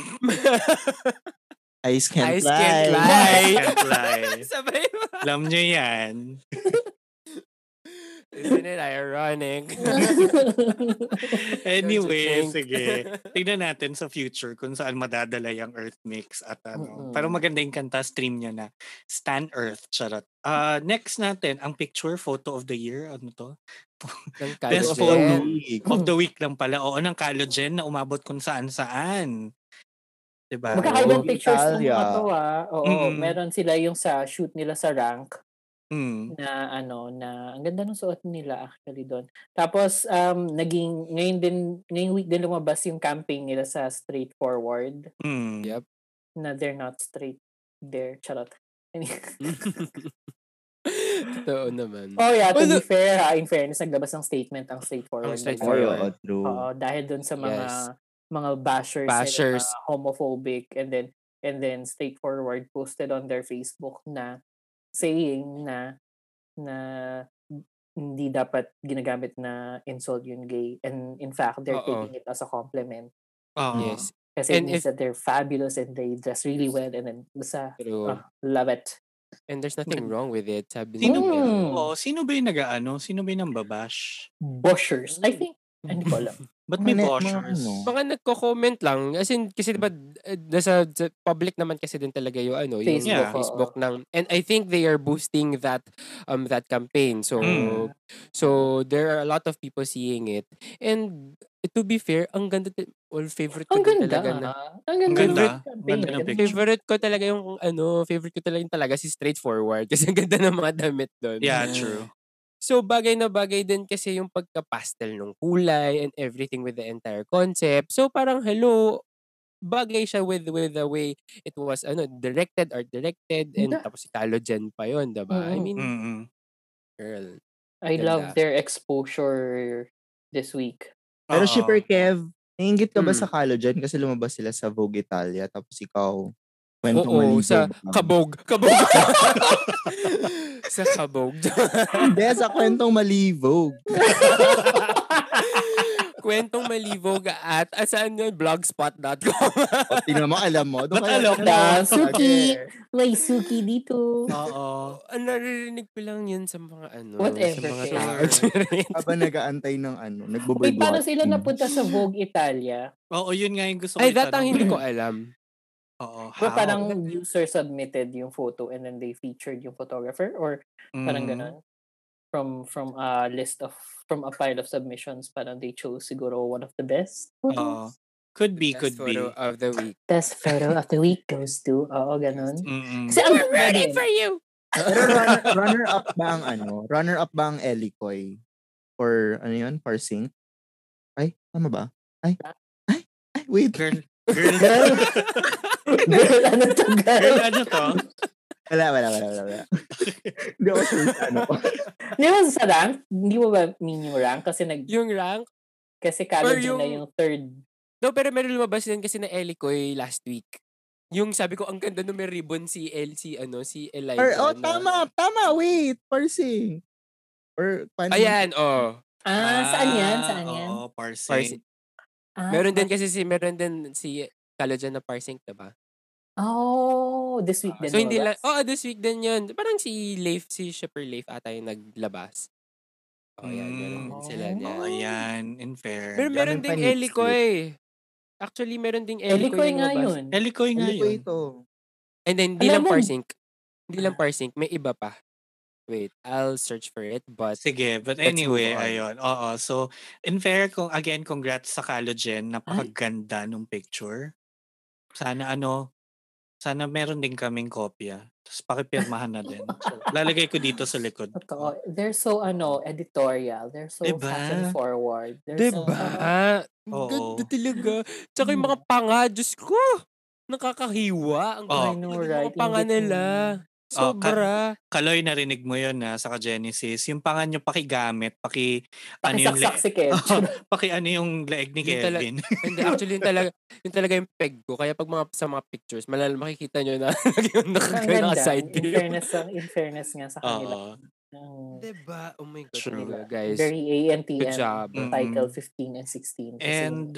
Eyes can't
Eyes
lie.
can't
Ay,
lie.
can't lie.
Sabay mo.
Alam nyo yan.
Isn't it ironic?
Anyway,
Don't you think?
sige. Tignan natin sa future kung saan madadala yung Earth Mix at ano.
Mm-mm.
Pero maganda yung kanta, stream nyo na. Stan Earth, charot. Uh, next natin, ang picture, photo of the year, ano to?
Ng
Best
Kylo
photo.
Ren.
Of
Mm.
the week lang pala. Oo, ng collagen na umabot kung saan-saan. Diba?
Magkakaibang
Oo.
pictures ng mga
Italia.
to ah. Oo,
Mm-mm.
meron sila yung sa shoot nila sa rank
Mm.
na ano na ang ganda ng suot nila actually doon. Tapos um naging ngayon din ngayong week din lumabas yung campaign nila sa straightforward
Mm.
Yeah.
na they're not straight there charot.
Hmm. Totoo naman.
oh yeah, to be
Well,
fair ha, in fairness naglabas ng statement ang straightforward.
Ang
na
Ay,
straightforward.
ganun.
oo, true.
Oo, dahil doon sa mga
Yes.
mga bashers, and
Bashers.
mga homophobic and then and then straightforward posted on their Facebook na saying na na hindi dapat ginagamit na insult yung gay and in fact they're
Oo.
taking it as a compliment
Oo.
Yes.
kasi it
And
means
if-
that they're fabulous and they dress really well and then basta
True.
ah, love it
And there's nothing wrong with it, sabi
Sino
nila.
Mm.
Oo,
Hmm.
sino ba yung nag-ano? Sino ba yung nambabash?
boshers I think hindi ko alam
Ba't may
Mga- mga
bashers?
ano.
Mga Ano nagko-comment lang. As in, kasi diba, eh, nasa sa public naman kasi din talaga yung ano, yung
Facebook,
Facebook,
Yeah.
ng, and I think they are boosting that, um, that campaign. So,
Hmm.
Mm.
Oh, so, there are a lot of people seeing it. And, to be fair, ang ganda, ti- well, favorite ko
ang
din
ganda
talaga na.
ah. ang ganda,
ganda.
ng campaign,
Ganda ng
eh.
picture.
Favorite ko talaga yung, ano, favorite ko talaga yung talaga si Straightforward. Kasi ang ganda ng mga damit doon.
Yeah, true.
So bagay na bagay din kasi yung pagka-pastel ng kulay and everything with the entire concept. So parang hello, bagay siya with with the way it was ano directed art directed and
Da-
tapos si Kylo Jen pa yon, 'di ba?
Oo.
I mean,
Mm-mm.
girl.
I
Ganda.
love their exposure this week.
Pero
Oo.
shipper Kev, nainggit ka ba
Hmm.
Mm.
sa Kalo dyan? Kasi lumabas sila sa Vogue Italia tapos ikaw, kwento
Oo,
maligo
sa
lang.
kabog, kabog. sa kabog.
Hindi, sa kwentong mali Vogue.
Kwentong malibog at ah, ano, at saan yun? blogspot.com.
O, Oh, tingnan mo, alam mo. Doon
Ba't
kaya-
alam
ka?
Alam mo,
Suki.
bakit?
May suki dito.
Oo.
Ang naririnig ko lang yun sa mga ano,
Whatever,
sa mga
sure.
tao.
Habang nag-aantay ng ano,
Wait,
Hmm. nagbubuy
paano sila
Mm.
napunta sa Vogue Italia?
Oo, yun nga yung gusto ko
Ay, that ang
itanong.
hindi ko alam.
Oo,
Ba
how?
parang user submitted yung photo and then they featured yung photographer or parang
Mm.
ganun? From from a list of from a pile of submissions, parang they chose siguro one of the best.
Oo. Could be,
Best
could be.
photo of the week.
Best photo of the week goes to, oo, ganun.
Mm-mm.
Kasi ang ganda din.
you!
Pero runner, runner up ba ang ano? Runner up ba ang Elicoy? Or ano yun? For sync? Ay, tama ba? Ay, ay, ay, wait.
Girl, girl,
Girl,
Girl, ano to, girl?
girl, ano to?
wala, wala, wala, wala. wala. Hindi ako sure sa ano.
Di ba sa rank? Hindi mo ba mean yung rank? Kasi nag
Yung rank?
kasi college
yung-
na yung third
No, pero meron lumabas din kasi na Ellie ko eh, last week. Yung sabi ko, ang ganda nung may ribbon si El, si ano, si Elijah.
Or, oh,
na-
tama, tama, wait. For sync. Or, paano?
Ayan, oh.
Ah, saan yan? Saan
Ah,
yan?
Oo, parsing.
Parsing.
Ah,
Meron din kasi si, meron din si Kalajan na parsing, diba?
Oh, this week din.
So, hindi lang,
lumabas.
oh, this week din yun. Parang si Leif, si Shipper Leif ata yung naglabas. Oh, yan, meron
Mm.
din sila niya.
Oo, yan. In fair.
Pero meron ding
Daming panits
Ellie ko
eh.
eh. Actually, meron ding Ellie ko
Elikoy
yung
Eh, nga
lumabas.
yun.
Elikoy nga
Elicoy
yun.
ito.
And then, hindi
Alam
lang
mo-
parsing. Hindi lang parsing. May iba pa. Wait, I'll search for it. But,
Sige, but
Let's move
anyway,
on.
ayun. Oo, so in fair, kung again, congrats sa Calogen. Napakaganda nung picture. Sana ano, sana meron din kaming kopya. Tapos pakipirmahan na din. Lalagay ko dito sa likod.
Totoo.
Oh.
They're so, ano, editorial. They're so
Diba?
fashion forward. They're So, ano,
diba?
Oo.
Ganda talaga. Tsaka yung
Mm.
mga panga, Diyos ko! Nakakahiwa. Ang
Oo.
oh.
I know,
Yung
right?
mga panga
Inggit
nila.
yun.
Oh, ka-
Sobra.
Kaloy, narinig mo yun na sa Genesis. Yung pangan yung pakigamit, paki, ano yung,
Pakisaksak
le-
si
Oh,
Kev.
paki ano yung leeg ni
Yung tala-
Kevin.
And actually, yun talaga, yun talaga yung peg ko. Kaya pag mga, sa mga pictures, malal makikita nyo na yung
Ang
nakagay
ganda.
na side
In
view.
fairness, ang- in fairness nga sa kanila.
Oo.
Ang
Diba? Oh my God.
True.
talaga, guys.
Very
Good
ANTM.
job.
Mm.
Title 15 and 16. Kasi
And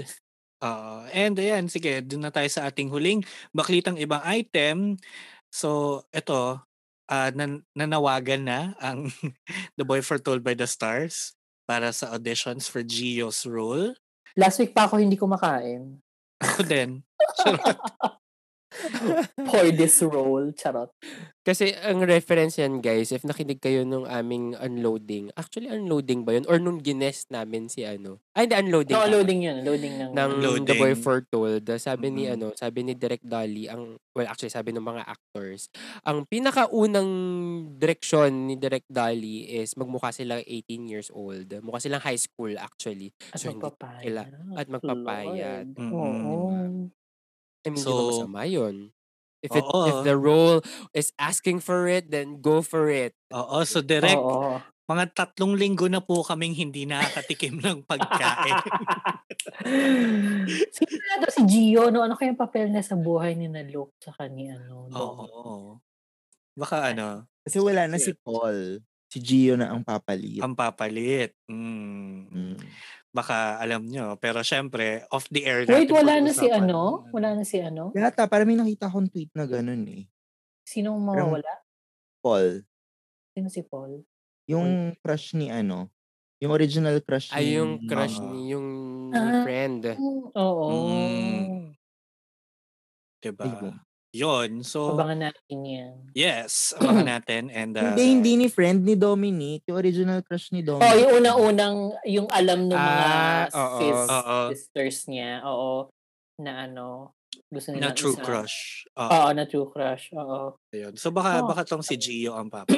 ah and ayan, sige, dun na tayo sa ating huling baklitang ibang item. So, ito, ah nan- nanawagan na ang The Boy Foretold by the Stars para sa auditions for Gio's role.
Last week pa ako hindi kumakain.
Ako din.
For this role, charot.
Kasi ang reference yan, guys, if nakinig kayo nung aming unloading, actually unloading ba yun? Or nung gines namin si ano? Ay, hindi, unloading.
No,
tama.
loading yun. Loading ng...
ng The Boy
Loading.
Foretold, uh, sabi ni
Mhm.
ano, sabi ni Direk Dali ang well actually sabi ng mga actors, ang pinakaunang direksyon ni Direk Dali is magmukha sila 18 years old. Mukha silang high school actually.
at
so hindi
magpapayat.
kila- at magpapayat.
Lord.
Mm,
Oo.
I mean, di ba
So-
masama yun? If, it, if
Oo.
the role is asking for it, then go for it.
Oo, so direct,
Oo.
mga tatlong linggo na po kaming hindi nakakatikim ng pagkain.
Sino na to si Gio? No? Ano kaya yung papel niya sa buhay ni na Luke tsaka ni ano?
Oo.
Dong?
Baka ano,
Kasi wala na si Paul. Si Gio na ang papalit.
ang papalit. Mm.
Mm.
baka alam nyo. Pero syempre, off the air
Wait,
natin
wala na si
pag-usapan
ano?
yan.
Wala na si ano?
Yata, para ah, may nakita akong tweet na ganun eh.
Sinong mawawala?
Paul.
Sino si Paul?
Eh.
Yung crush ni ano. Yung original crush
Ay, yung crush
Oo.
ni yung
Ah.
friend.
Oo.
Mm. Diba?
Diba?
Yun. So,
Abangan natin yan.
yes. Abangan natin. And, uh,
Hindi, hindi ni friend, ni Dominic. Yung original crush ni Dominic.
Oh, yung unang-unang, yung alam ng mga
Ah, oo,
sis,
oo.
sisters niya, oo, na ano, gusto nila
na true crush. Oo.
Oo, na true crush, oo.
yun. So, baka,
Oh.
baka tong si Gio ang papa.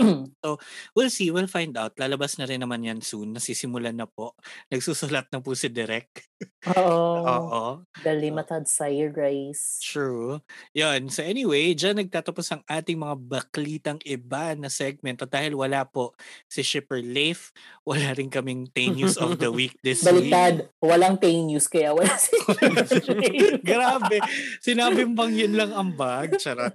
We'll see. We'll find out. Lalabas na rin naman yan soon. Nasisimulan na po. Nagsusulat na po si Direk.
oo,
Oo.
dali matad sa'yo, Grace.
True. Yun. So anyway, dyan nagtatapos ang ating mga baklitang iba na segment. At dahil wala po si Shipper Leif, wala rin kaming 10 News of the Week this week.
Baliktad, walang pay news, kaya wala si
Grabe. Sinabi mo bang yun lang ang bag? Charot.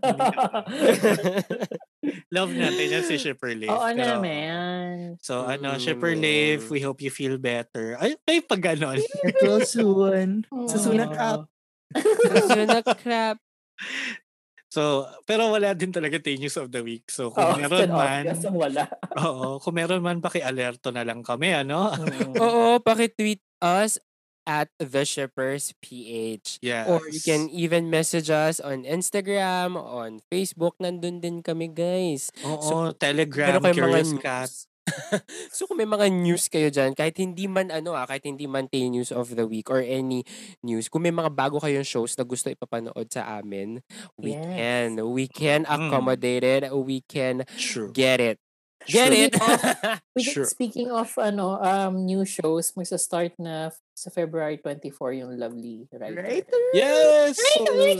Love natin yan si Shipper Leif.
Oo
Pero-
naman.
So ano,
Mm.
Shipper Leif, we hope you feel better. Ay, ay pag ganon.
It will soon. Susunak
Oo.
up.
Susunod crap.
So, pero wala din talaga 10 News of the Week. So
Oo,
kung meron
it's an
man,
obvious ang wala.
oo, kung meron man, paki-alerto na lang kami, ano?
Oo, pakitweet us at The Shippers PH.
Yes.
Or you can even message us on Instagram, on Facebook. Nandun din kami, guys.
Oo, Telegram,
Meron kayong
Curious Cat.
so kung may mga news kayo dyan, kahit hindi man ano ah, kahit hindi man tayo news of the week or any news, kung may mga bago kayong shows na gusto ipapanood sa amin, we
Yes.
can. We can
Mm.
accommodate it. We can
True.
get it. Get
Sure.
it?
We did-
Sure.
Speaking of ano um new shows, magsa-start na f- sa February 24 yung Lovely Writer.
Right?
Ay,
Yes! so,
Lovely Writer.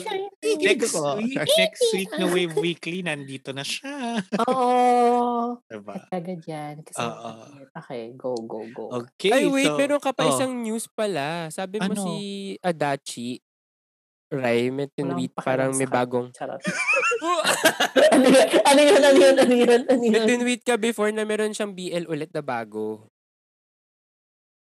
next week, next week na Wave Weekly, nandito na siya.
Oo.
Diba?
Agad yan. Kasi
Oo.
okay, go, go, go.
Okay,
Ay, wait.
so,
meron ka pa
oh.
isang news pala. Sabi mo
Ano?
si Adachi, Ray, may
Walang
tinweet
pakialam
parang
sa
may
kanya.
bagong...
Charot. ano yun? Ano yun? Ano yun? Ano yun? Ano
May
yun?
tinweet ka before na meron siyang BL ulit na bago.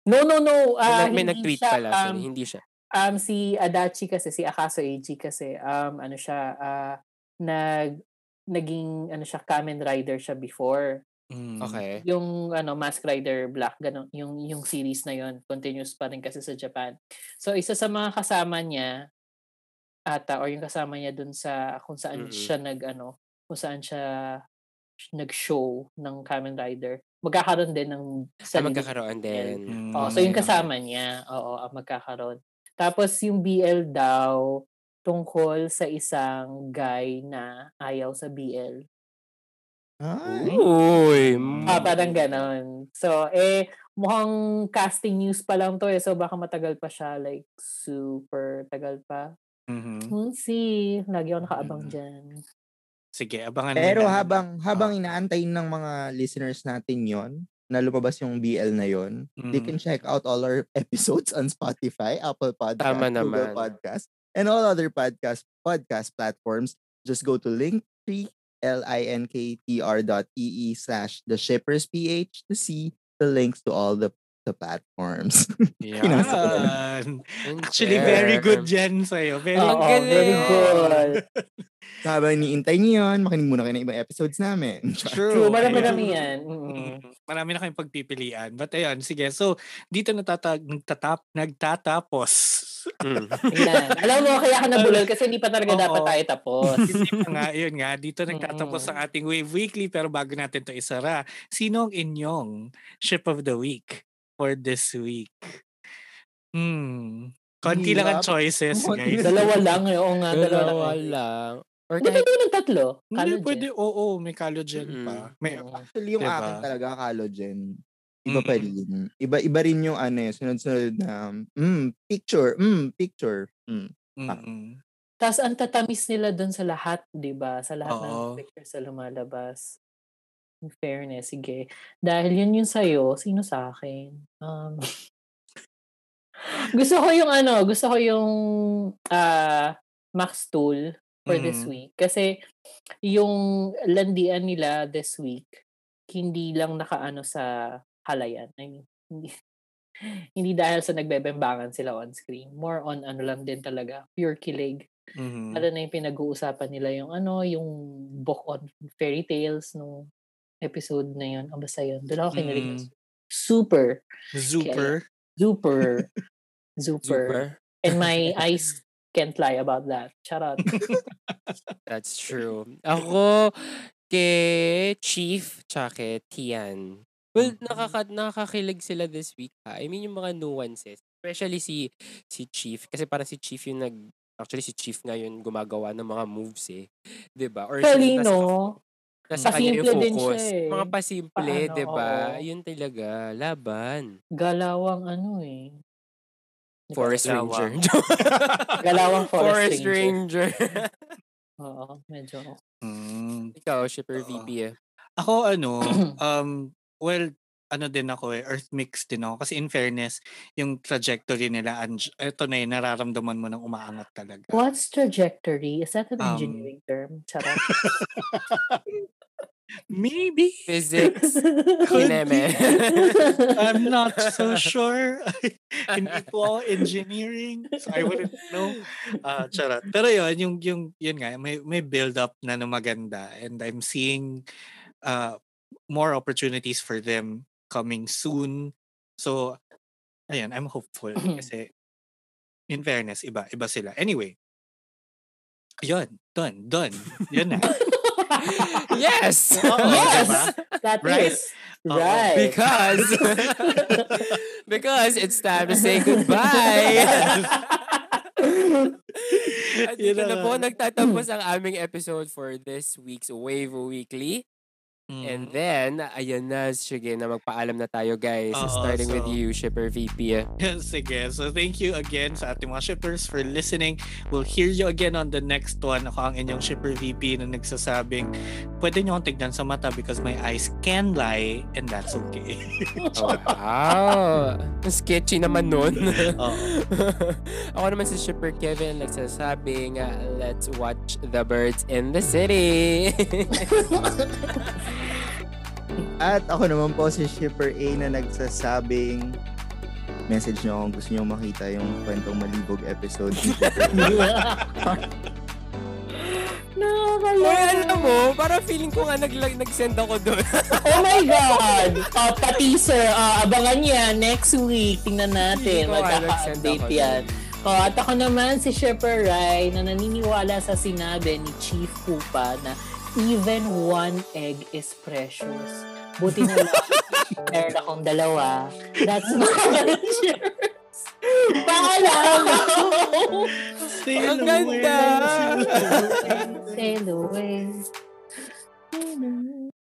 No, no, no.
May,
ah,
nag- may
hindi
nag-tweet
siya,
pala.
um,
Sorry, hindi siya.
um si Adachi kasi si Akaso Eiji kasi um ano siya ah, nag naging ano siya Kamen Rider siya before
Mm,
Okay. Ah,
yung ano Mask Rider Black ganun yung yung series na yon continuous pa rin kasi sa Japan so isa sa mga kasama niya ata or yung kasama niya dun sa kung saan
Mm-mm.
siya nag ano kung saan siya nag-show ng Kamen Rider magkakaroon din ng sarili
Sa Ah, magkakaroon din.
mm,
Oh, so yung
okay.
kasama niya, oo, ang magkakaroon. Tapos yung BL daw tungkol sa isang guy na ayaw sa BL.
Ay.
Uy! hmm. m-
Ah, parang ganon. So, eh, mukhang casting news pa lang to eh. So, baka matagal pa siya. Like, super tagal pa. Mm.
Mhm.
We'll see. Lagi ako nakaabang dyan.
Sige, abangan
Pero
nila.
habang habang inaantay ng mga listeners natin yon na lumabas yung BL na yon, they
Mm.
can check out all our episodes on Spotify, Apple Podcast,
Mm-hmm. Tama naman.
Google Podcast, and all other podcast podcast platforms. Just go to linktree, L-I-N-K-T-R dot E-E slash the shippers PH to see the links to all the the platforms.
Yan. Actually, very good
Hmm.
yan sa'yo. Very
Ang
Oo,
good.
galing.
very good.
Habang niintay niyo yun, makinig muna kayo ng ibang episodes namin.
True,
True.
marami
Ayun.
kami yan. Mm-mm.
Mm, Marami na kayong pagpipilian. But ayun, sige. So, dito natatag, nagtatap, nagtatapos.
Hmm.
Yan. Alam mo, kaya ka nabulol kasi hindi pa talaga
Oo.
dapat tayo tapos.
Hindi pa nga, yun nga. Dito nagtatapos
Mm.
ang ating Wave Weekly. Pero bago natin to isara, sino ang inyong Ship of the Week for this week? Hmm. Konti lang ang
Hirap.
choices,
Konti
guys.
dalawa lang, eh. oo nga, dalawa lang.
Dalawa lang. Or
Hindi
kahit
pwede ng tatlo. Mm.
Hindi,
Collagen.
pwede. Oo, may collagen pa. May,
Oo.
Actually, yung
Diba?
akin talaga, collagen. Iba pa
Mm.
rin. Iba, iba rin yung ano, eh, sunod-sunod na, mm, picture, mm, picture. Mm.
mm
Tapos ang tatamis nila doon sa lahat, di ba? Sa lahat
Oo.
ng pictures sa lumalabas. In fairness, sige. Dahil yun yung sa'yo, sino sa akin? Um, gusto ko yung ano, gusto ko yung ah Max Tool for this
Mm.
week. Kasi yung landian nila this week, hindi lang nakaano sa halayan. I mean, hindi, hindi dahil sa nagbebembangan sila on screen. More on ano lang din talaga, pure kilig.
Mhm.
Ano na yung pinag-uusapan nila yung ano, yung book on fairy tales nung episode na yun. Ang basta yun. Doon ako kinilig.
Mm.
Super,
Super.
super, super.
super.
And my eyes can't lie about that. Shout out.
That's true. Ako, kay Chief, tsaka kay Tian. Well,
Mm-hmm.
nakaka- nakakakilig sila this week ha. I mean, yung mga nuances. Especially si si Chief. Kasi parang si Chief yung nag... Actually, si Chief ngayon gumagawa ng mga moves eh. 'Di ba? Or siya yung nasa-
Talino.
nasa
Mm.
kanya yung
Pasimple din
focus.
siya eh.
Mga pasimple,
Paano,
'di ba?
oo.
Yun talaga. Laban.
Galawang ano eh. Di ba?
Forest
Galawa.
Ranger.
Galawang forest,
Forest
ranger.
Ranger.
Oo, medyo.
Mm.
Ikaw, shipper
Oo.
VP
Oh.
eh.
Ako ano, um, well, ano din ako eh, earth mix din ako. Kasi in fairness, yung trajectory nila, and ito na yun, nararamdaman mo nang umaangat talaga.
What's trajectory? Is that an
Um,
engineering term? Charot.
Maybe.
Physics. Kineme.
I'm not so sure. Hindi po ako engineering. So I wouldn't know. Ah, charot. Pero yun, yung, yung, yun nga, may, may build up na na maganda. And I'm seeing uh, more opportunities for them coming soon. So, ayun, I'm hopeful. kasi, in fairness, iba, iba sila. Anyway, yun, done, done. Yun na.
yes!
Yes!
diba?
That
Right?
is
Oo.
right.
Because because it's time to say goodbye. At
Yun
dito
na
na po
nga.
nagtatapos ang aming episode for this week's Wave Weekly. And
Mm.
then, ayan na, sige na magpaalam na tayo guys.
Oo,
Starting with
so-
you, Shipper VP.
Sige. So, thank you again sa ating mga shippers for listening. We'll hear you again on the next one. Ako ang inyong shipper VP na nagsasabing, pwede nyo akong tignan sa mata because my eyes can lie and that's okay.
Oh, Wow! Ang Sketchy naman nun.
Oo.
Ako naman si Shipper Kevin, nagsasabing, uh, let's watch the birds in the city.
At ako naman po si Shipper A na nagsasabing, message nyo kung gusto nyo makita yung kwentong malibog episode. ni Shipper A.
Uy,
Nakakalala.
alam mo, parang feeling ko nga nag- nag-send ako doon.
Oh my God! Oh, pa-teaser. Ah, abangan yan next week. Tingnan
Hindi
natin.
ko alam, send
Magkaka-update
ako
yan. Oh, at ako naman si Shepard Rai na naniniwala sa sinabi ni Chief Kupa na even one egg is precious. Buti na lang, meron akong dalawa. That's my answers. Paalam!
Sail
Ang ganda!
away, sail away.
Sail away. Sail away.